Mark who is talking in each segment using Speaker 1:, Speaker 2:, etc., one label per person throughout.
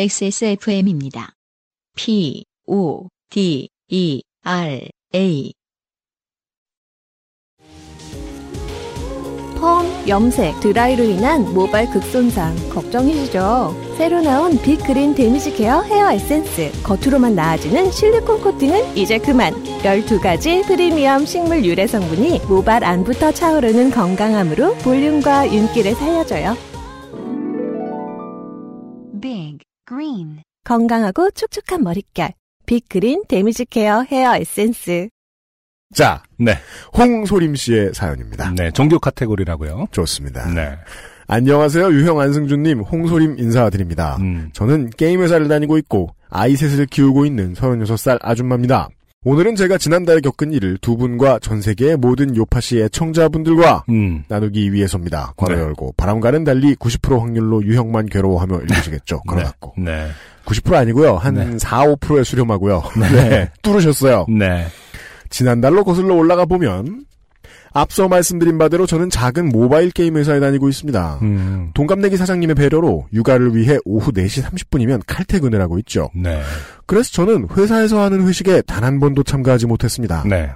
Speaker 1: XSFM입니다. P, O, D, E, R, A.
Speaker 2: 펌, 염색, 드라이로 인한 모발 극손상 걱정이시죠? 새로 나온 빅그린 데미지 케어 헤어 에센스 겉으로만 나아지는 실리콘 코팅은 이제 그만 12가지 프리미엄 식물 유래 성분이 모발 안부터 차오르는 건강함으로 볼륨과 윤기를 살려줘요
Speaker 3: Big Green
Speaker 2: 건강하고 촉촉한 머릿결 빅그린 데미지 케어 헤어 에센스
Speaker 4: 자,
Speaker 5: 네.
Speaker 4: 홍소림 씨의 사연입니다.
Speaker 5: 네. 종교 카테고리라고요.
Speaker 4: 좋습니다.
Speaker 5: 네.
Speaker 4: 안녕하세요, 유형 안승준님, 홍소림 인사드립니다.
Speaker 5: 음.
Speaker 4: 저는 게임 회사를 다니고 있고 아이 셋을 키우고 있는 36살 아줌마입니다. 오늘은 제가 지난달에 겪은 일을 두 분과 전 세계의 모든 요파시의 청자분들과
Speaker 5: 음.
Speaker 4: 나누기 위해서입니다. 괄호
Speaker 5: 네.
Speaker 4: 열고 바람과는 달리 90% 확률로 유형만 괴로워하며 읽으시겠죠. 걸어놨고
Speaker 5: 네.
Speaker 4: 90% 아니고요. 한
Speaker 5: 네.
Speaker 4: 4, 5%에 수렴하고요. 네. 뚫으셨어요.
Speaker 5: 네.
Speaker 4: 지난달로 거슬러 올라가 보면 앞서 말씀드린 바대로 저는 작은 모바일 게임 회사에 다니고 있습니다.
Speaker 5: 음.
Speaker 4: 동갑내기 사장님의 배려로 육아를 위해 오후 4시 30분이면 칼퇴근을 하고 있죠.
Speaker 5: 네.
Speaker 4: 그래서 저는 회사에서 하는 회식에 단 한 번도 참가하지 못했습니다.
Speaker 5: 네.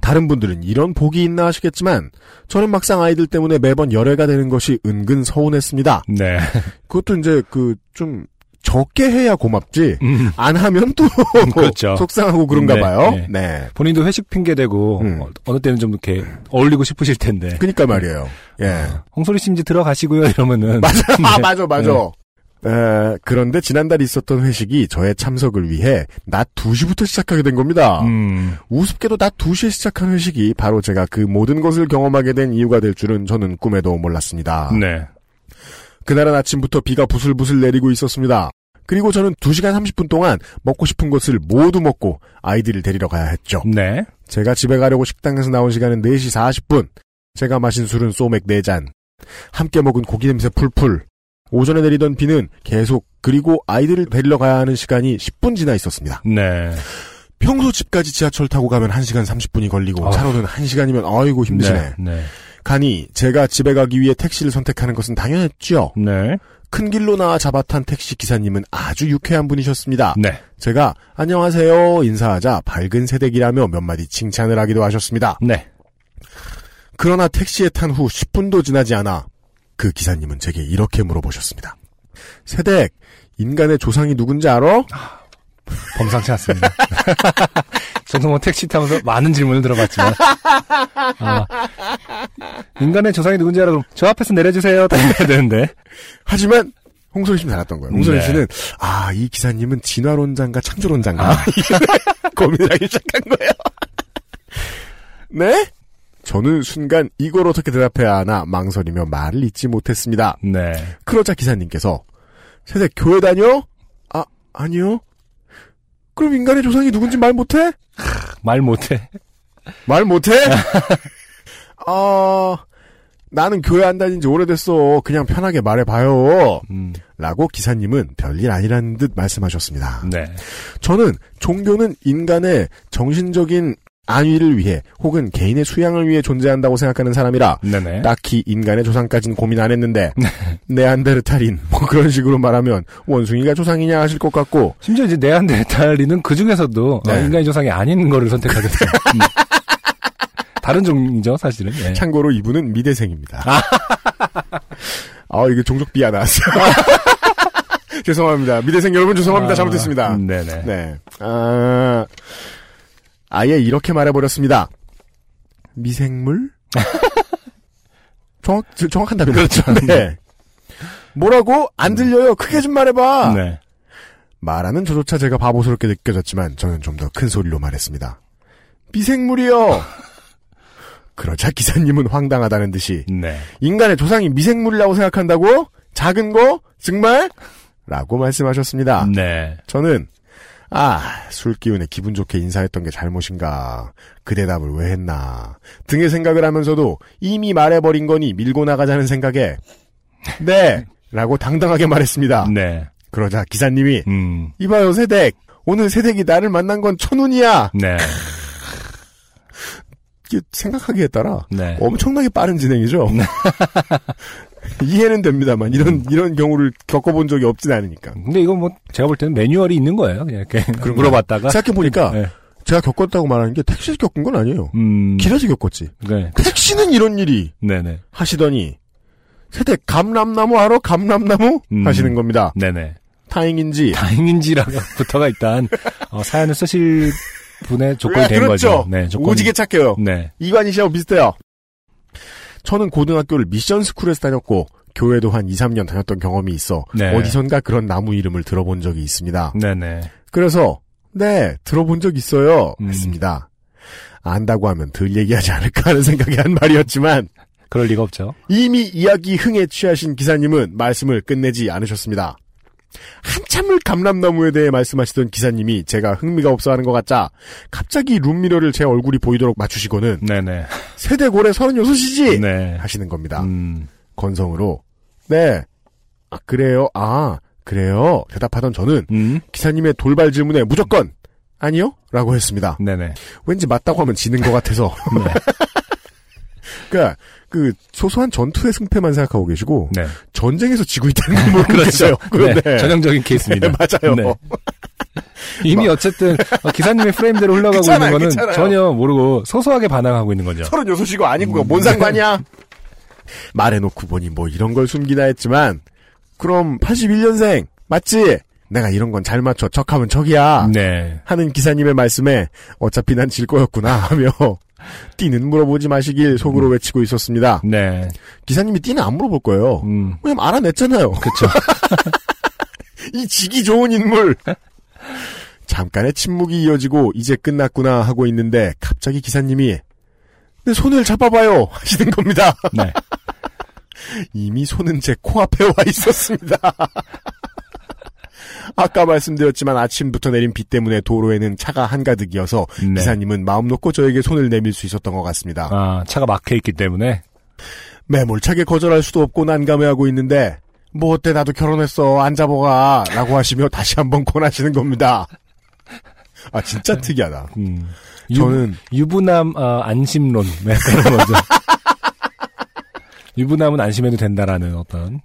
Speaker 4: 다른 분들은 이런 복이 있나 하시겠지만 저는 막상 아이들 때문에 매번 열애가 되는 것이 은근 서운했습니다.
Speaker 5: 네.
Speaker 4: 그것도 이제 그 좀 적게 해야 고맙지
Speaker 5: 음.
Speaker 4: 안 하면 또
Speaker 5: 그렇죠.
Speaker 4: 속상하고 그런가
Speaker 5: 네,
Speaker 4: 봐요.
Speaker 5: 네.
Speaker 4: 네.
Speaker 5: 본인도 회식 핑계 대고
Speaker 4: 음.
Speaker 5: 어, 어느 때는 좀 이렇게 어울리고 싶으실 텐데.
Speaker 4: 그니까 그러니까 말이에요. 예.
Speaker 5: 홍소리 씨 이제 들어가시고요 이러면은
Speaker 4: 맞아,
Speaker 5: 네.
Speaker 4: 아, 맞아, 맞아. 네. 에, 그런데 지난달 있었던 회식이 저의 참석을 위해 낮 2시부터 시작하게 된 겁니다.
Speaker 5: 음.
Speaker 4: 우습게도 낮 2시에 시작한 회식이 바로 제가 그 모든 것을 경험하게 된 이유가 될 줄은 저는 꿈에도 몰랐습니다.
Speaker 5: 네.
Speaker 4: 그날은 아침부터 비가 부슬부슬 내리고 있었습니다. 그리고 저는 2시간 30분 동안 먹고 싶은 것을 모두 먹고 아이들을 데리러 가야 했죠.
Speaker 5: 네.
Speaker 4: 제가 집에 가려고 식당에서 나온 시간은 4시 40분. 제가 마신 술은 소맥 4잔. 함께 먹은 고기 냄새 풀풀. 오전에 내리던 비는 계속 그리고 아이들을 데리러 가야 하는 시간이 10분 지나 있었습니다.
Speaker 5: 네.
Speaker 4: 평소 집까지 지하철 타고 가면 1시간 30분이 걸리고
Speaker 5: 어.
Speaker 4: 차로는 1시간이면 아이고 힘드시네.
Speaker 5: 네.
Speaker 4: 가니 제가 집에 가기 위해 택시를 선택하는 것은 당연했죠.
Speaker 5: 네.
Speaker 4: 큰 길로 나와 잡아탄 택시 기사님은 아주 유쾌한 분이셨습니다.
Speaker 5: 네.
Speaker 4: 제가 안녕하세요 인사하자 밝은 새댁이라며 몇 마디 칭찬을 하기도 하셨습니다.
Speaker 5: 네.
Speaker 4: 그러나 택시에 탄 후 10분도 지나지 않아 그 기사님은 제게 이렇게 물어보셨습니다. 세댁, 인간의 조상이 누군지 알아?
Speaker 5: 범상치 않습니다. 저도 뭐 택시 타면서 많은 질문을 들어봤지만 아, 인간의 조상이 누군지 알아 그럼 저 앞에서 내려주세요. 해야 되는데
Speaker 4: 하지만 홍소희 씨는 알았던 거예요. 홍소희
Speaker 5: 네.
Speaker 4: 씨는 아, 이 기사님은 진화론자인가 창조론자인가 고민을 하기 시작한 거예요. 네? 저는 순간 이걸 어떻게 대답해야 하나 망설이며 말을 잇지 못했습니다.
Speaker 5: 네.
Speaker 4: 그러자 기사님께서 세댁 교회 다녀? 아, 아니요. 그럼 인간의 조상이 누군지 말 못해?
Speaker 5: 말 못해.
Speaker 4: 말 못해? 어, 나는 교회 안 다닌 지 오래됐어. 그냥 편하게 말해봐요.
Speaker 5: 음,
Speaker 4: 라고 기사님은 별일 아니라는 듯 말씀하셨습니다.
Speaker 5: 네.
Speaker 4: 저는 종교는 인간의 정신적인 안위를 위해 혹은 개인의 수양을 위해 존재한다고 생각하는 사람이라
Speaker 5: 네네.
Speaker 4: 딱히 인간의 조상까진 고민 안 했는데 네안데르탈인 뭐 그런 식으로 말하면 원숭이가 조상이냐 하실 것 같고
Speaker 5: 심지어 이제 네안데르탈인은 그 중에서도
Speaker 4: 네.
Speaker 5: 인간의 조상이 아닌 거를 선택하게 됐어요. 음. 다른 종이죠, 사실은. 예.
Speaker 4: 참고로 이분은 미대생입니다. 아, 이게 종족 비하 나왔어요. 죄송합니다. 미대생 여러분 죄송합니다.
Speaker 5: 아,
Speaker 4: 잘못했습니다.
Speaker 5: 음, 네네.
Speaker 4: 네. 아, 아예 이렇게 말해버렸습니다. 미생물? 정확, 저- 정확한 답입니다.
Speaker 5: 그렇죠.
Speaker 4: 네. 뭐라고? 안 들려요. 크게 좀 말해봐.
Speaker 5: 네.
Speaker 4: 말하는 저조차 제가 바보스럽게 느껴졌지만 저는 좀 더 큰 소리로 말했습니다. 미생물이요. 그러자 기사님은 황당하다는 듯이
Speaker 5: 네.
Speaker 4: 인간의 조상이 미생물이라고 생각한다고? 작은 거? 정말? 라고 말씀하셨습니다.
Speaker 5: 네.
Speaker 4: 저는 아, 술 기운에 기분 좋게 인사했던 게 잘못인가. 그 대답을 왜 했나. 등의 생각을 하면서도 이미 말해버린 거니 밀고 나가자는 생각에 네! 라고 당당하게 말했습니다.
Speaker 5: 네.
Speaker 4: 그러자 기사님이
Speaker 5: 음.
Speaker 4: 이봐요 세댁 오늘 세댁이 나를 만난 건 천운이야
Speaker 5: 네.
Speaker 4: 이게 생각하기에 따라
Speaker 5: 네.
Speaker 4: 엄청나게 빠른 진행이죠 이해는 됩니다만 이런 이런 경우를 겪어본 적이 없진 않으니까.
Speaker 5: 근데 이건 뭐 제가 볼 때는 매뉴얼이 있는 거예요. 그냥 이렇게
Speaker 4: 그런가요?
Speaker 5: 물어봤다가
Speaker 4: 생각해 보니까
Speaker 5: 네.
Speaker 4: 제가 겪었다고 말하는 게 택시에서 겪은 건 아니에요.
Speaker 5: 음,
Speaker 4: 길에서 겪었지.
Speaker 5: 네,
Speaker 4: 택시는 이런 일이
Speaker 5: 네네,
Speaker 4: 하시더니 세대 감람나무 알아? 감람나무
Speaker 5: 음.
Speaker 4: 하시는 겁니다.
Speaker 5: 네네.
Speaker 4: 타행인지
Speaker 5: 다행인지라고부터가 일단 어, 사연을 쓰실 분의 조건이
Speaker 4: 아,
Speaker 5: 된
Speaker 4: 그렇죠.
Speaker 5: 거죠. 네, 조건이-
Speaker 4: 오지게 착해요.
Speaker 5: 네,
Speaker 4: 이관희 씨하고 비슷해요. 저는 고등학교를 미션 스쿨에서 다녔고 교회도 한 2, 3년 다녔던 경험이 있어
Speaker 5: 네.
Speaker 4: 어디선가 그런 나무 이름을 들어본 적이 있습니다.
Speaker 5: 네네.
Speaker 4: 그래서 네 들어본 적 있어요
Speaker 5: 음.
Speaker 4: 했습니다. 안다고 하면 덜 얘기하지 않을까 하는 생각이 한 말이었지만
Speaker 5: 그럴 리가 없죠.
Speaker 4: 이미 이야기 흥에 취하신 기사님은 말씀을 끝내지 않으셨습니다. 한참을 감람나무에 대해 말씀하시던 기사님이 제가 흥미가 없어하는 것 같자 갑자기 룸미러를 제 얼굴이 보이도록 맞추시고는
Speaker 5: 네네.
Speaker 4: 세대고래 36이지
Speaker 5: 네.
Speaker 4: 하시는 겁니다.
Speaker 5: 음,
Speaker 4: 건성으로 네 아, 그래요 아 그래요 대답하던 저는
Speaker 5: 음,
Speaker 4: 기사님의 돌발 질문에 무조건 아니요? 라고 했습니다.
Speaker 5: 네네.
Speaker 4: 왠지 맞다고 하면 지는 것 같아서.
Speaker 5: 네.
Speaker 4: 그러니까 그 소소한 전투의 승패만 생각하고 계시고
Speaker 5: 네.
Speaker 4: 전쟁에서 지고 있다는 걸 모르고 계세요. 그런데
Speaker 5: 네, 전형적인 케이스입니다.
Speaker 4: 네, 맞아요.
Speaker 5: 네. 이미 어쨌든 어, 기사님의 프레임대로 흘러가고
Speaker 4: 그렇잖아요,
Speaker 5: 있는 거는
Speaker 4: 그렇잖아요.
Speaker 5: 전혀 모르고 소소하게 반항하고 있는 거죠.
Speaker 4: 36이고 아닌 거야. 뭔 상관이야? 그렇죠. 음. 말해놓고 보니 뭐 이런 걸 숨기나 했지만 그럼 81년생 맞지? 내가 이런 건 잘 맞춰 척하면 척이야.
Speaker 5: 네.
Speaker 4: 하는 기사님의 말씀에 어차피 난 질 거였구나 하며 띠는 물어보지 마시길 속으로 외치고 있었습니다.
Speaker 5: 네.
Speaker 4: 기사님이 띠는 안 물어볼 거예요.
Speaker 5: 음.
Speaker 4: 왜냐면 알아냈잖아요.
Speaker 5: 그쵸.
Speaker 4: 이 지기 좋은 인물. 잠깐의 침묵이 이어지고 이제 끝났구나 하고 있는데 갑자기 기사님이 내 손을 잡아봐요 하시는 겁니다.
Speaker 5: 네.
Speaker 4: 이미 손은 제 코앞에 와 있었습니다. 아까 말씀드렸지만 아침부터 내린 비 때문에 도로에는 차가 한가득이어서
Speaker 5: 네.
Speaker 4: 기사님은 마음 놓고 저에게 손을 내밀 수 있었던 것 같습니다.
Speaker 5: 아, 차가 막혀 있기 때문에.
Speaker 4: 매몰차게 거절할 수도 없고 난감해하고 있는데 뭐 어때 나도 결혼했어 안 잡아가 라고 하시며 다시 한번 권하시는 겁니다. 아 진짜 특이하다.
Speaker 5: 음.
Speaker 4: 저는
Speaker 5: 유부남 어, 안심론 네, 그런 거죠. 유부남은 안심해도 된다라는 어떤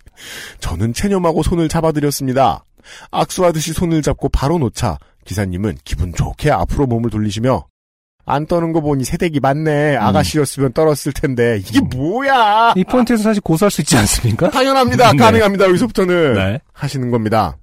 Speaker 4: 저는 체념하고 손을 잡아드렸습니다. 악수하듯이 손을 잡고 바로 놓자 기사님은 기분 좋게 앞으로 몸을 돌리시며 안 떠는 거 보니 새댁이
Speaker 5: 음.
Speaker 4: 맞네 아가씨였으면 떨었을 텐데 이게 뭐야
Speaker 5: 이 포인트에서 사실 고소할 수 있지 않습니까?
Speaker 4: 당연합니다
Speaker 5: 음. 네.
Speaker 4: 가능합니다 여기서부터는
Speaker 5: 네.
Speaker 4: 하시는 겁니다.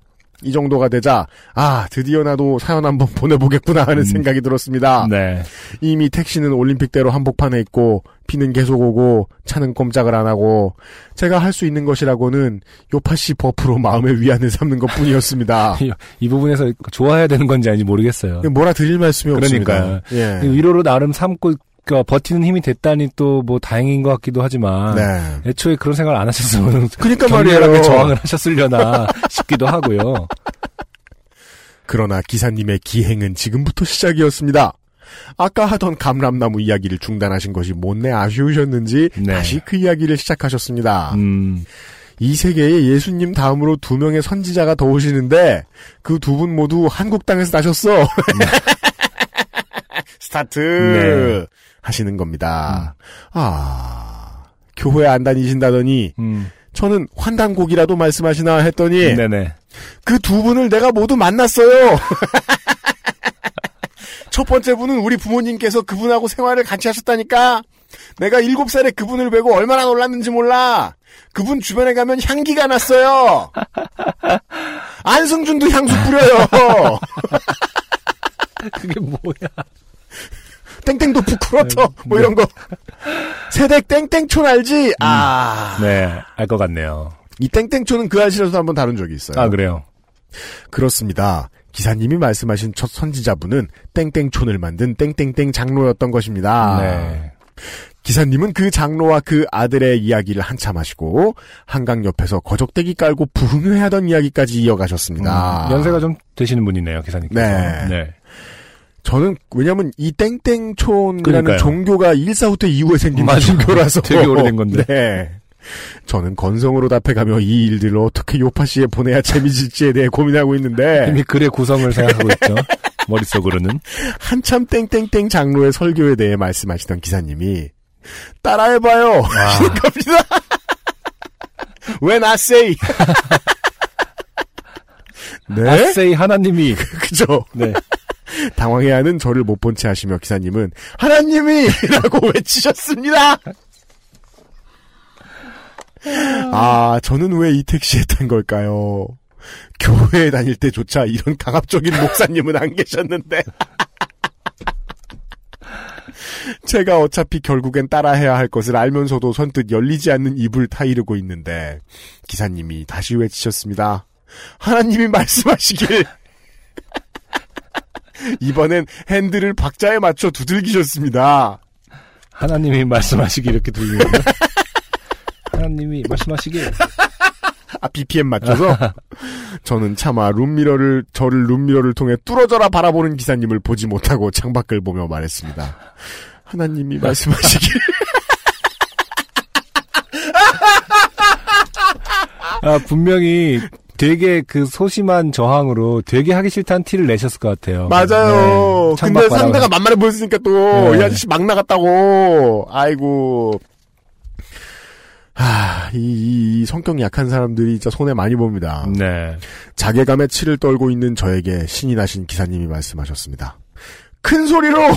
Speaker 4: 이 정도가 되자 아 드디어 나도 사연 한번 보내보겠구나 하는
Speaker 5: 음.
Speaker 4: 생각이 들었습니다.
Speaker 5: 네.
Speaker 4: 이미 택시는 올림픽대로 한복판에 있고 비는 계속 오고 차는 꼼짝을 안 하고 제가 할 수 있는 것이라고는 요파시 버프로 마음의 위안을 삼는 것뿐이었습니다.
Speaker 5: 이, 이 부분에서 좋아해야 되는 건지 아닌지 모르겠어요.
Speaker 4: 뭐라 드릴 말씀이
Speaker 5: 그러니까요.
Speaker 4: 없습니다. 예.
Speaker 5: 위로로 나름 삼고 그러니까 버티는 힘이 됐다니 또 뭐 다행인 것 같기도 하지만
Speaker 4: 네.
Speaker 5: 애초에 그런 생각을 안 하셨으면
Speaker 4: 그러니까
Speaker 5: 격렬하게
Speaker 4: 말이에요.
Speaker 5: 저항을 하셨으려나 싶기도 하고요.
Speaker 4: 그러나 기사님의 기행은 지금부터 시작이었습니다. 아까 하던 감람나무 이야기를 중단하신 것이 못내 아쉬우셨는지
Speaker 5: 네.
Speaker 4: 다시 그 이야기를 시작하셨습니다.
Speaker 5: 음,
Speaker 4: 이 세계에 예수님 다음으로 두 명의 선지자가 더 오시는데 그 두 분 모두 한국 땅에서 나셨어. 스타트
Speaker 5: 네.
Speaker 4: 하시는 겁니다. 아 교회 안 다니신다더니
Speaker 5: 음,
Speaker 4: 저는 환단곡이라도 말씀하시나 했더니
Speaker 5: 네네.
Speaker 4: 그 두 분을 내가 모두 만났어요. 첫 번째 분은 우리 부모님께서 그분하고 생활을 같이 하셨다니까. 내가 일곱 살에 그분을 뵈고 얼마나 놀랐는지 몰라. 그분 주변에 가면 향기가 났어요. 안승준도 향수 뿌려요.
Speaker 5: 그게 뭐야?
Speaker 4: 땡땡도 부끄러워. 뭐 이런 거. 세대 땡땡촌 알지? 아.
Speaker 5: 네, 알 것 같네요.
Speaker 4: 이 땡땡촌은 그 아실에서도 한번 다룬 적이 있어요.
Speaker 5: 아 그래요.
Speaker 4: 그렇습니다. 기사님이 말씀하신 첫 선지자분은 땡땡촌을 만든 땡땡땡 장로였던 것입니다.
Speaker 5: 네.
Speaker 4: 기사님은 그 장로와 그 아들의 이야기를 한참 하시고 한강 옆에서 거적대기 깔고 부흥회하던 이야기까지 이어가셨습니다.
Speaker 5: 음, 연세가 좀 되시는 분이네요, 기사님께서.
Speaker 4: 아. 네. 저는 왜냐하면 이 땡땡촌이라는
Speaker 5: 그러니까요.
Speaker 4: 종교가 일사후퇴 이후에 생긴
Speaker 5: 맞아요.
Speaker 4: 종교라서
Speaker 5: 되게 오래된 건데.
Speaker 4: 네. 저는 건성으로 답해가며 이 일들을 어떻게 요파시에 보내야 재미질지에 대해 고민하고 있는데
Speaker 5: 이미 글의 구성을 생각하고 있죠. 머릿속으로는.
Speaker 4: 한참 땡땡땡 장로의 설교에 대해
Speaker 5: 아.
Speaker 4: 아.
Speaker 5: 네?
Speaker 4: 말씀하시던 기사님이 따라해봐요 하시는 겁니다. When I say. 네?
Speaker 5: 아세이 하나님이
Speaker 4: 그죠.
Speaker 5: 네.
Speaker 4: 당황해하는 저를 못 본 채 하시며 기사님은 하나님이! 라고 외치셨습니다. 아, 저는 왜 이 택시에 탄 걸까요? 교회에 다닐 때조차 이런 강압적인 목사님은 안 계셨는데. 제가 어차피 결국엔 따라해야 할 것을 알면서도 선뜻 열리지 않는 입을 타이르고 있는데, 기사님이 다시 외치셨습니다. 하나님이 말씀하시길! 이번엔 핸들을 박자에 맞춰 두들기셨습니다.
Speaker 5: 하나님이 말씀하시기 이렇게 들리거든요. 하나님이 말씀하시기
Speaker 4: 아, BPM 맞춰서? 저는 차마 룸미러를, 저를 룸미러를 통해 뚫어져라 바라보는 기사님을 보지 못하고 창밖을 보며 말했습니다. 하나님이 말씀하시길.
Speaker 5: 아, 분명히 되게 그 소심한 저항으로 되게 하기 싫다는 티를 내셨을 것 같아요. 어,
Speaker 4: 맞아요.
Speaker 5: 네, 창밖
Speaker 4: 근데
Speaker 5: 바라보면서.
Speaker 4: 상대가 만만해 보였으니까 또
Speaker 5: 네.
Speaker 4: 이 아저씨 막 나갔다고. 아이고. 하, 이, 이- 이 성격 약한 사람들이 진짜 손해 많이 봅니다.
Speaker 5: 네.
Speaker 4: 자괴감에 치를 떨고 있는 저에게 신이 나신 기사님이 말씀하셨습니다. 큰 소리로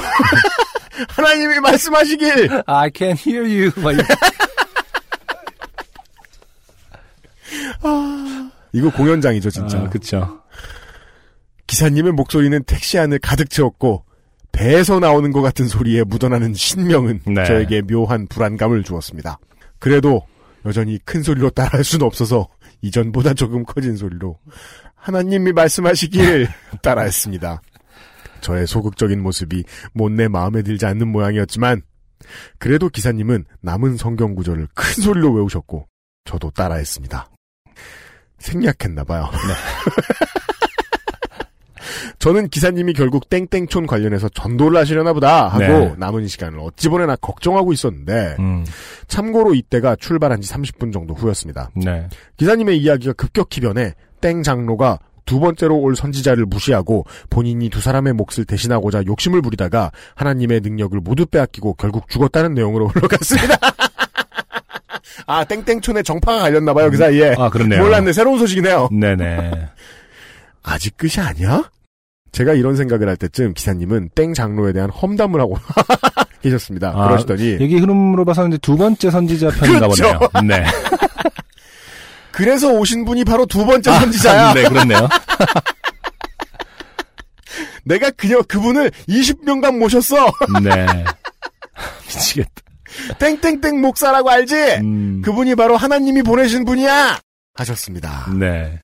Speaker 4: 하나님이 말씀하시길
Speaker 5: I can hear you. 막 이렇게.
Speaker 4: 이거 공연장이죠 진짜
Speaker 5: 아, 그쵸.
Speaker 4: 기사님의 목소리는 택시 안을 가득 채웠고 배에서 나오는 것 같은 소리에 묻어나는 신명은
Speaker 5: 네.
Speaker 4: 저에게 묘한 불안감을 주었습니다. 그래도 여전히 큰 소리로 따라할 수는 없어서 이전보다 조금 커진 소리로 하나님이 말씀하시길 따라했습니다. 저의 소극적인 모습이 못내 마음에 들지 않는 모양이었지만 그래도 기사님은 남은 성경 구절을 큰 소리로 외우셨고 저도 따라했습니다. 생략했나 봐요.
Speaker 5: 네.
Speaker 4: 저는 기사님이 결국 땡땡촌 관련해서 전도를 하시려나 보다 하고
Speaker 5: 네.
Speaker 4: 남은 시간을 어찌 보내나 걱정하고 있었는데
Speaker 5: 음,
Speaker 4: 참고로 이때가 출발한 지 30분 정도 후였습니다.
Speaker 5: 네.
Speaker 4: 기사님의 이야기가 급격히 변해 땡 장로가 두 번째로 올 선지자를 무시하고 본인이 두 사람의 몫을 대신하고자 욕심을 부리다가 하나님의 능력을 모두 빼앗기고 결국 죽었다는 내용으로 흘러갔습니다. 아 땡땡촌에 정파가 갈렸나봐요 그 사이에.
Speaker 5: 아, 그렇네요.
Speaker 4: 몰랐네 새로운 소식이네요.
Speaker 5: 네네.
Speaker 4: 아직 끝이 아니야? 제가 이런 생각을 할 때쯤 기사님은 땡 장로에 대한 험담을 하고 계셨습니다.
Speaker 5: 아,
Speaker 4: 그러시더니
Speaker 5: 얘기 흐름으로 봐서 이제 두 번째 선지자 편인가
Speaker 4: 예. 그렇죠.
Speaker 5: 보네요. 네.
Speaker 4: 그래서 오신 분이 바로 두 번째 선지자야.
Speaker 5: 네, 그렇네요.
Speaker 4: 내가 그녀 그분을 20명간 모셨어.
Speaker 5: 네. 미치겠다.
Speaker 4: 땡땡땡 목사라고 알지?
Speaker 5: 음,
Speaker 4: 네. 그분이 바로 하나님이 보내신 분이야! 하셨습니다.
Speaker 5: 네.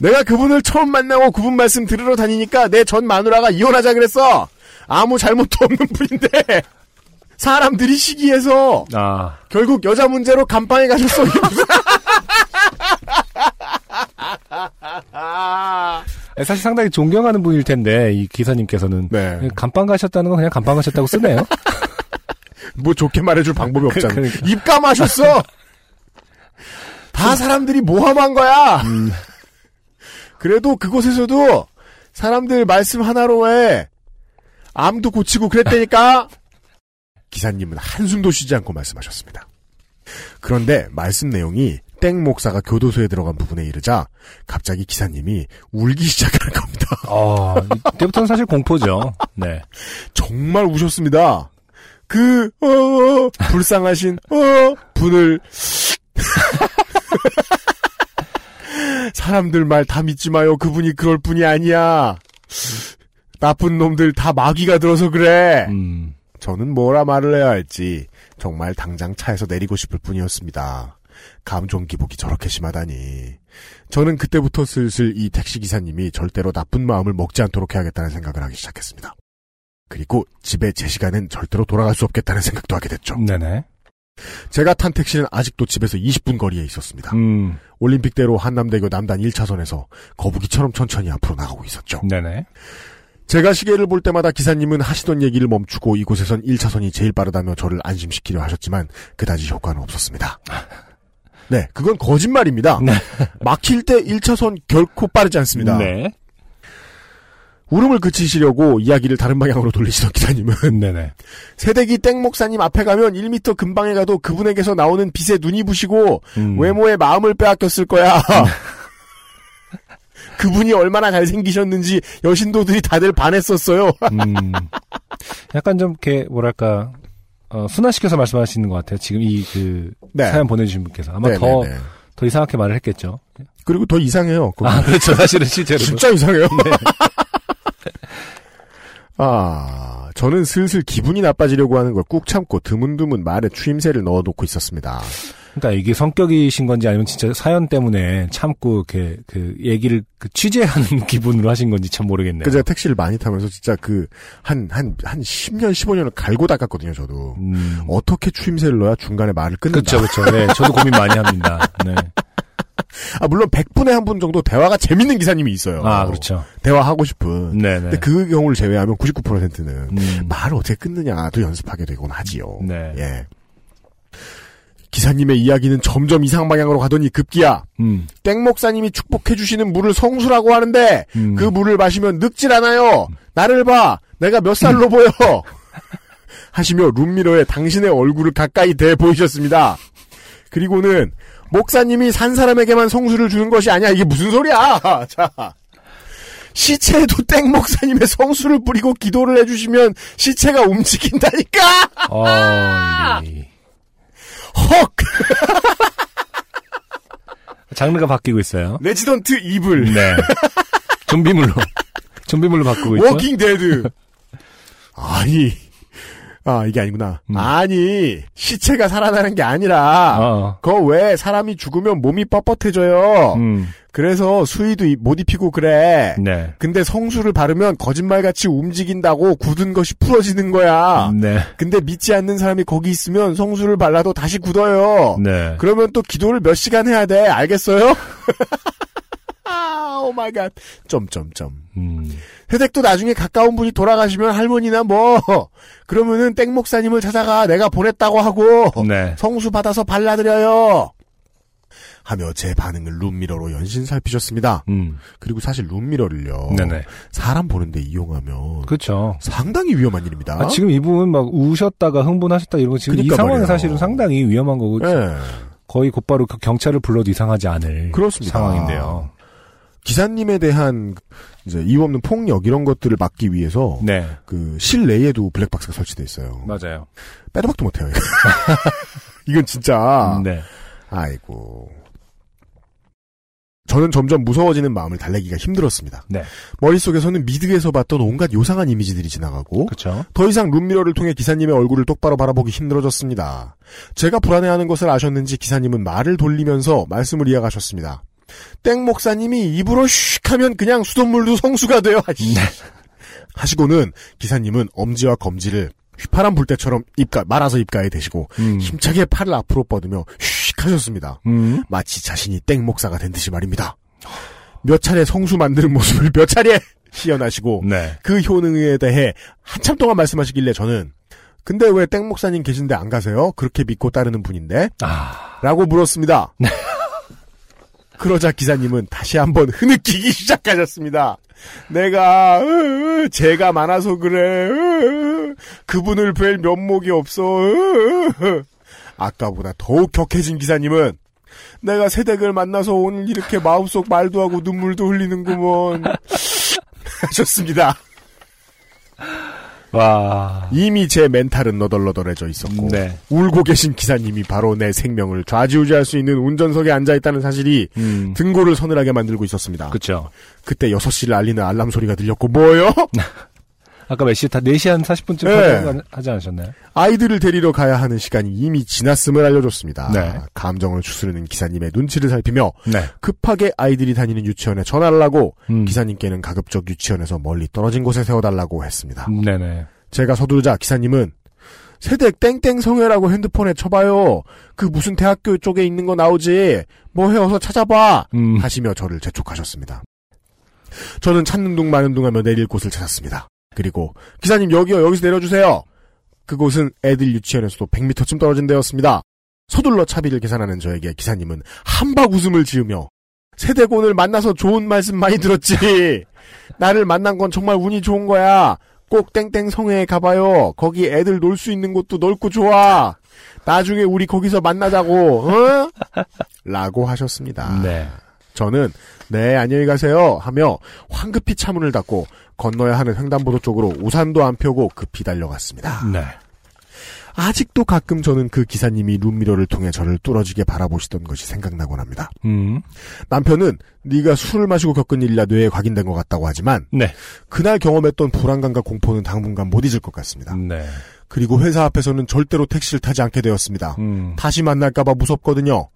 Speaker 4: 내가 그분을 처음 만나고 그분 말씀 들으러 다니니까 내 전 마누라가 이혼하자 그랬어! 아무 잘못도 없는 분인데! 사람들이 시기해서
Speaker 5: 아,
Speaker 4: 결국 여자 문제로 감방에 가셨어. 이게 무슨-
Speaker 5: 사실 상당히 존경하는 분일 텐데 이 기사님께서는
Speaker 4: 네.
Speaker 5: 감방 가셨다는 건 그냥 감방 가셨다고 쓰네요.
Speaker 4: 뭐 좋게 말해줄 방법이 없잖아.
Speaker 5: 그러니까. 음.
Speaker 4: 입감하셨어. 다 사람들이 모함한 거야. 그래도 그곳에서도 사람들 말씀 하나로 해 암도 고치고 그랬다니까. 기사님은 한숨도 쉬지 않고 말씀하셨습니다. 그런데 말씀 내용이 땡 목사가 교도소에 들어간 부분에 이르자 갑자기 기사님이 울기 시작한 겁니다.
Speaker 5: 어, 이때부터는 사실 공포죠. 네.
Speaker 4: 정말 우셨습니다. 그, 어, 어, 불쌍하신, 어, 분을. 사람들 말 다 믿지 마요. 그분이 그럴 뿐이 아니야. 나쁜 놈들 다 마귀가 들어서 그래.
Speaker 5: 음,
Speaker 4: 저는 뭐라 말을 해야 할지 정말 당장 차에서 내리고 싶을 뿐이었습니다. 감정 기복이 저렇게 심하다니. 저는 그때부터 슬슬 이 택시 기사님이 절대로 나쁜 마음을 먹지 않도록 해야겠다는 생각을 하기 시작했습니다. 그리고 집에 제 시간엔 절대로 돌아갈 수 없겠다는 생각도 하게 됐죠.
Speaker 5: 네네.
Speaker 4: 제가 탄 택시는 아직도 집에서 20분 거리에 있었습니다.
Speaker 5: 음,
Speaker 4: 올림픽대로 한남대교 남단 1차선에서 거북이처럼 천천히 앞으로 나가고 있었죠.
Speaker 5: 네네.
Speaker 4: 제가 시계를 볼 때마다 기사님은 하시던 얘기를 멈추고 이곳에선 1차선이 제일 빠르다며 저를 안심시키려 하셨지만 그다지 효과는 없었습니다. 네, 그건 거짓말입니다.
Speaker 5: 네.
Speaker 4: 막힐 때 1차선 결코 빠르지 않습니다.
Speaker 5: 네.
Speaker 4: 울음을 그치시려고 이야기를 다른 방향으로 돌리시던 기사님은
Speaker 5: 네네.
Speaker 4: 세대기 땡 목사님 앞에 가면 1미터 근방에 가도 그분에게서 나오는 빛에 눈이 부시고
Speaker 5: 음. 네.
Speaker 4: 외모에 마음을 빼앗겼을 거야. 그분이 얼마나 잘생기셨는지 여신도들이 다들 반했었어요.
Speaker 5: 음. 약간 좀 이렇게 뭐랄까 어, 순화시켜서 말씀하시는 것 같아요. 지금 이 그
Speaker 4: 네.
Speaker 5: 사연 보내주신 분께서 아마
Speaker 4: 네,
Speaker 5: 더
Speaker 4: 네, 네.
Speaker 5: 더 이상하게 말을 했겠죠.
Speaker 4: 그리고 더 이상해요. 그건.
Speaker 5: 아 그렇죠. 네. 사실은 실제로
Speaker 4: 진짜 이상해요. 아, 저는 슬슬 기분이 나빠지려고 하는 걸 꾹 참고 드문드문 말에 추임새를 넣어놓고 있었습니다.
Speaker 5: 그러니까 이게 성격이신 건지 아니면 진짜 사연 때문에 참고 이렇게 그 얘기를 그 취재하는 기분으로 하신 건지 참 모르겠네요.
Speaker 4: 그 제가 택시를 많이 타면서 진짜 그, 한, 한, 한 10년, 15년을 갈고 닦았거든요, 저도.
Speaker 5: 음.
Speaker 4: 어떻게 추임새를 넣어야 중간에 말을 끊는다.
Speaker 5: 그렇죠, 그렇죠. 네, 저도 고민 많이 합니다. 네.
Speaker 4: 아, 물론 100분에 한 분 정도 대화가 재밌는 기사님이 있어요.
Speaker 5: 아, 그렇죠.
Speaker 4: 대화하고 싶은.
Speaker 5: 네, 네.
Speaker 4: 근데 그 경우를 제외하면 99%는
Speaker 5: 음.
Speaker 4: 말을 어떻게 끊느냐도 연습하게 되곤 하지요.
Speaker 5: 네.
Speaker 4: 예. 기사님의 이야기는 점점 이상 방향으로 가더니 급기야
Speaker 5: 음.
Speaker 4: 땡 목사님이 축복해 주시는 물을 성수라고 하는데
Speaker 5: 음.
Speaker 4: 그 물을 마시면 늙질 않아요. 나를 봐. 내가 몇 살로 보여. 하시며 룸미러에 당신의 얼굴을 가까이 대 보이셨습니다. 그리고는 목사님이 산 사람에게만 성수를 주는 것이 아니야. 이게 무슨 소리야. 자. 시체에도 땡 목사님의 성수를 뿌리고 기도를 해주시면 시체가 움직인다니까!
Speaker 5: 어이.
Speaker 4: 헉!
Speaker 5: 장르가 바뀌고 있어요.
Speaker 4: 레지던트 이블.
Speaker 5: 네. 좀비물로. 좀비물로 바꾸고 뭐 있죠.
Speaker 4: 워킹 데드. 아니. 아, 이게 아니구나.
Speaker 5: 음.
Speaker 4: 아니, 시체가 살아나는 게 아니라,
Speaker 5: 어.
Speaker 4: 그거 왜 사람이 죽으면 몸이 뻣뻣해져요.
Speaker 5: 음.
Speaker 4: 그래서 수의도 입- 못 입히고 그래.
Speaker 5: 네.
Speaker 4: 근데 성수를 바르면 거짓말같이 움직인다고 굳은 것이 풀어지는 거야.
Speaker 5: 네.
Speaker 4: 근데 믿지 않는 사람이 거기 있으면 성수를 발라도 다시 굳어요.
Speaker 5: 네.
Speaker 4: 그러면 또 기도를 몇 시간 해야 돼. 알겠어요? 아, 오 마이 갓. 점점점.
Speaker 5: 음.
Speaker 4: 혜택도 나중에 가까운 분이 돌아가시면 할머니나 뭐 그러면은 땡 목사님을 찾아가 내가 보냈다고 하고
Speaker 5: 네.
Speaker 4: 성수 어. 받아서 발라드려요. 하며 제 반응을 룸미러로 연신 살피셨습니다.
Speaker 5: 음.
Speaker 4: 그리고 사실 룸미러를요.
Speaker 5: 네네.
Speaker 4: 사람 보는데 이용하면
Speaker 5: 그렇죠.
Speaker 4: 상당히 위험한 일입니다.
Speaker 5: 아, 지금 이분 막 우셨다가 흥분하셨다 이런 거 지금 이
Speaker 4: 그러니까
Speaker 5: 상황은
Speaker 4: 말이에요.
Speaker 5: 사실은 상당히 위험한 거고
Speaker 4: 예.
Speaker 5: 거의 곧바로 그 경찰을 불러도 이상하지 않을
Speaker 4: 그렇습니다. 아.
Speaker 5: 상황인데요.
Speaker 4: 기사님에 대한 이제 이유 없는 폭력 이런 것들을 막기 위해서
Speaker 5: 네.
Speaker 4: 그 실내에도 블랙박스가 설치돼 있어요.
Speaker 5: 맞아요.
Speaker 4: 빼도 박도 못해요. 이거. 이건 진짜
Speaker 5: 네.
Speaker 4: 아이고. 저는 점점 무서워지는 마음을 달래기가 힘들었습니다.
Speaker 5: 네.
Speaker 4: 머릿속에서는 미드에서 봤던 온갖 요상한 이미지들이 지나가고
Speaker 5: 그렇죠.
Speaker 4: 더 이상 룸미러를 통해 기사님의 얼굴을 똑바로 바라보기 힘들어졌습니다. 제가 불안해하는 것을 아셨는지 기사님은 말을 돌리면서 말씀을 이어가셨습니다. 땡 목사님이 입으로 슉 하면 그냥 수돗물도 성수가 돼요. 아이씨.
Speaker 5: 네.
Speaker 4: 하시고는 기사님은 엄지와 검지를 휘파람 불 때처럼 입가 말아서 입가에 대시고
Speaker 5: 음.
Speaker 4: 힘차게 팔을 앞으로 뻗으며 슉 하셨습니다.
Speaker 5: 음.
Speaker 4: 마치 자신이 땡 목사가 된 듯이 말입니다. 몇 차례 성수 만드는 모습을 몇 차례 시연하시고
Speaker 5: 네.
Speaker 4: 그 효능에 대해 한참 동안 말씀하시길래 저는 근데 왜 땡 목사님 계신데 안 가세요? 그렇게 믿고 따르는 분인데?
Speaker 5: 아.
Speaker 4: 라고 물었습니다. 그러자 기사님은 다시 한번 흐느끼기 시작하셨습니다. 내가 으, 으, 죄가 많아서 그래. 으, 으, 그분을 뵐 면목이 없어. 으, 으. 아까보다 더욱 격해진 기사님은 내가 새댁을 만나서 오늘 이렇게 마음속 말도 하고 눈물도 흘리는구먼 하셨습니다.
Speaker 5: 와.
Speaker 4: 이미 제 멘탈은 너덜너덜해져 있었고
Speaker 5: 네.
Speaker 4: 울고 계신 기사님이 바로 내 생명을 좌지우지할 수 있는 운전석에 앉아 있다는 사실이
Speaker 5: 음.
Speaker 4: 등골을 서늘하게 만들고 있었습니다.
Speaker 5: 그렇죠.
Speaker 4: 그, 때 6시를 알리는 알람 소리가 들렸고 뭐요?
Speaker 5: 아까 몇 시? 다 4시 한 40분쯤
Speaker 4: 네.
Speaker 5: 하지 않으셨나요?
Speaker 4: 아이들을 데리러 가야 하는 시간이 이미 지났음을 알려줬습니다.
Speaker 5: 네.
Speaker 4: 감정을 추스르는 기사님의 눈치를 살피며
Speaker 5: 네.
Speaker 4: 급하게 아이들이 다니는 유치원에 전화를 하고
Speaker 5: 음.
Speaker 4: 기사님께는 가급적 유치원에서 멀리 떨어진 곳에 세워달라고 했습니다.
Speaker 5: 음, 네네.
Speaker 4: 제가 서두르자 기사님은 세댁 땡땡 성회라고 핸드폰에 쳐봐요. 그 무슨 대학교 쪽에 있는 거 나오지. 뭐해 어서 찾아봐.
Speaker 5: 음.
Speaker 4: 하시며 저를 재촉하셨습니다. 저는 찾는 둥 마는 둥하며 내릴 곳을 찾았습니다. 그리고 기사님 여기요 여기서 내려주세요. 그곳은 애들 유치원에서도 100m쯤 떨어진 데였습니다. 서둘러 차비를 계산하는 저에게 기사님은 한박 웃음을 지으며 세대곤을 만나서 좋은 말씀 많이 들었지. 나를 만난 건 정말 운이 좋은 거야. 꼭 땡땡 성회에 가봐요. 거기 애들 놀 수 있는 곳도 넓고 좋아. 나중에 우리 거기서 만나자고. 어? 라고 하셨습니다.
Speaker 5: 네.
Speaker 4: 저는 네 안녕히 가세요 하며 황급히 차문을 닫고 건너야 하는 횡단보도 쪽으로 우산도 안 펴고 급히 달려갔습니다.
Speaker 5: 네.
Speaker 4: 아직도 가끔 저는 그 기사님이 룸미러를 통해 저를 뚫어지게 바라보시던 것이 생각나곤 합니다.
Speaker 5: 음.
Speaker 4: 남편은 네가 술을 마시고 겪은 일이라 뇌에 각인된 것 같다고 하지만
Speaker 5: 네.
Speaker 4: 그날 경험했던 불안감과 공포는 당분간 못 잊을 것 같습니다.
Speaker 5: 네.
Speaker 4: 그리고 회사 앞에서는 절대로 택시를 타지 않게 되었습니다.
Speaker 5: 음.
Speaker 4: 다시 만날까봐 무섭거든요.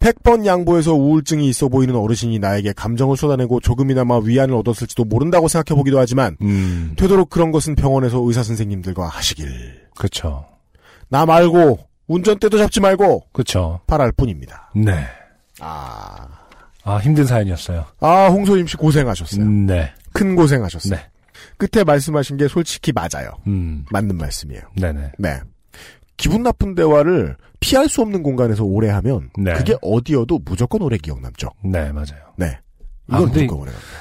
Speaker 4: 100번 양보해서 우울증이 있어 보이는 어르신이 나에게 감정을 쏟아내고 조금이나마 위안을 얻었을지도 모른다고 생각해보기도 하지만
Speaker 5: 음.
Speaker 4: 되도록 그런 것은 병원에서 의사 선생님들과 하시길.
Speaker 5: 그렇죠.
Speaker 4: 나 말고 운전대도 잡지 말고
Speaker 5: 그렇죠.
Speaker 4: 바랄 뿐입니다.
Speaker 5: 네.
Speaker 4: 아,
Speaker 5: 아, 힘든 사연이었어요.
Speaker 4: 아 홍소임 씨 고생하셨어요.
Speaker 5: 네.
Speaker 4: 큰 고생하셨어요.
Speaker 5: 네.
Speaker 4: 끝에 말씀하신 게 솔직히 맞아요.
Speaker 5: 음.
Speaker 4: 맞는 말씀이에요.
Speaker 5: 네네.
Speaker 4: 네. 기분 나쁜 대화를 피할 수 없는 공간에서 오래 하면
Speaker 5: 네.
Speaker 4: 그게 어디여도 무조건 오래 기억 남죠.
Speaker 5: 네, 맞아요.
Speaker 4: 네.
Speaker 5: 아,
Speaker 4: 이건
Speaker 5: 근데
Speaker 4: 무조건 오래 갑니다.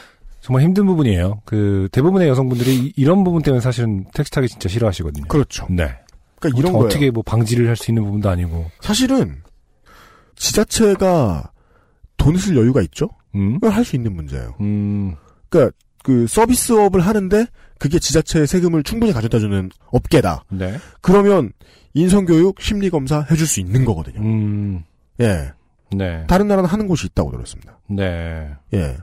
Speaker 5: 정말 힘든 부분이에요. 그, 대부분의 여성분들이 이- 이런 부분 때문에 사실은 택시 타기 진짜 싫어하시거든요.
Speaker 4: 그렇죠.
Speaker 5: 네.
Speaker 4: 그러니까 이런 거예요.
Speaker 5: 어떻게 뭐 방지를 할 수 있는 부분도 아니고.
Speaker 4: 사실은 지자체가 돈 쓸 여유가 있죠?
Speaker 5: 음?
Speaker 4: 그걸 할 수 있는 문제예요.
Speaker 5: 음.
Speaker 4: 그러니까 그 서비스업을 하는데 그게 지자체의 세금을 충분히 가져다주는 업계다.
Speaker 5: 네.
Speaker 4: 그러면 인성교육, 심리검사 해줄 수 있는 거거든요.
Speaker 5: 음.
Speaker 4: 예.
Speaker 5: 네.
Speaker 4: 다른 나라는 하는 곳이 있다고 들었습니다.
Speaker 5: 네.
Speaker 4: 예.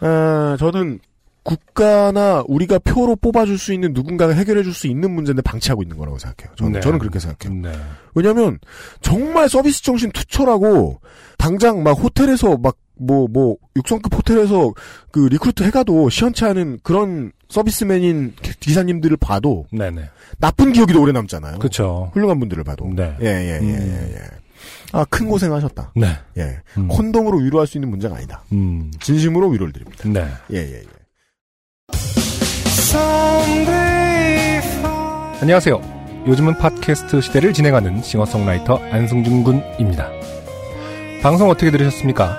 Speaker 4: 아, 저는 국가나 우리가 표로 뽑아줄 수 있는 누군가가 해결해줄 수 있는 문제인데 방치하고 있는 거라고 생각해요. 저는,
Speaker 5: 네.
Speaker 4: 저는 그렇게 생각해요.
Speaker 5: 네.
Speaker 4: 왜냐면 하 정말 서비스 정신 투철하고 당장 막 호텔에서 막 뭐 뭐 육성급 호텔에서 그 리크루트 해가도 시원치 않은 그런 서비스맨인 기사님들을 봐도
Speaker 5: 네네.
Speaker 4: 나쁜 기억이 더 오래 남잖아요.
Speaker 5: 그렇죠.
Speaker 4: 훌륭한 분들을 봐도.
Speaker 5: 네.
Speaker 4: 예, 예, 예, 예, 예. 아, 큰 고생하셨다.
Speaker 5: 네.
Speaker 4: 예.
Speaker 5: 음.
Speaker 4: 콘돔으로 위로할 수 있는 문제가 아니다.
Speaker 5: 음.
Speaker 4: 진심으로 위로를 드립니다.
Speaker 5: 네.
Speaker 4: 예, 예, 예.
Speaker 5: 안녕하세요. 요즘은 팟캐스트 시대를 진행하는 싱어송라이터 안승준 군입니다. 방송 어떻게 들으셨습니까?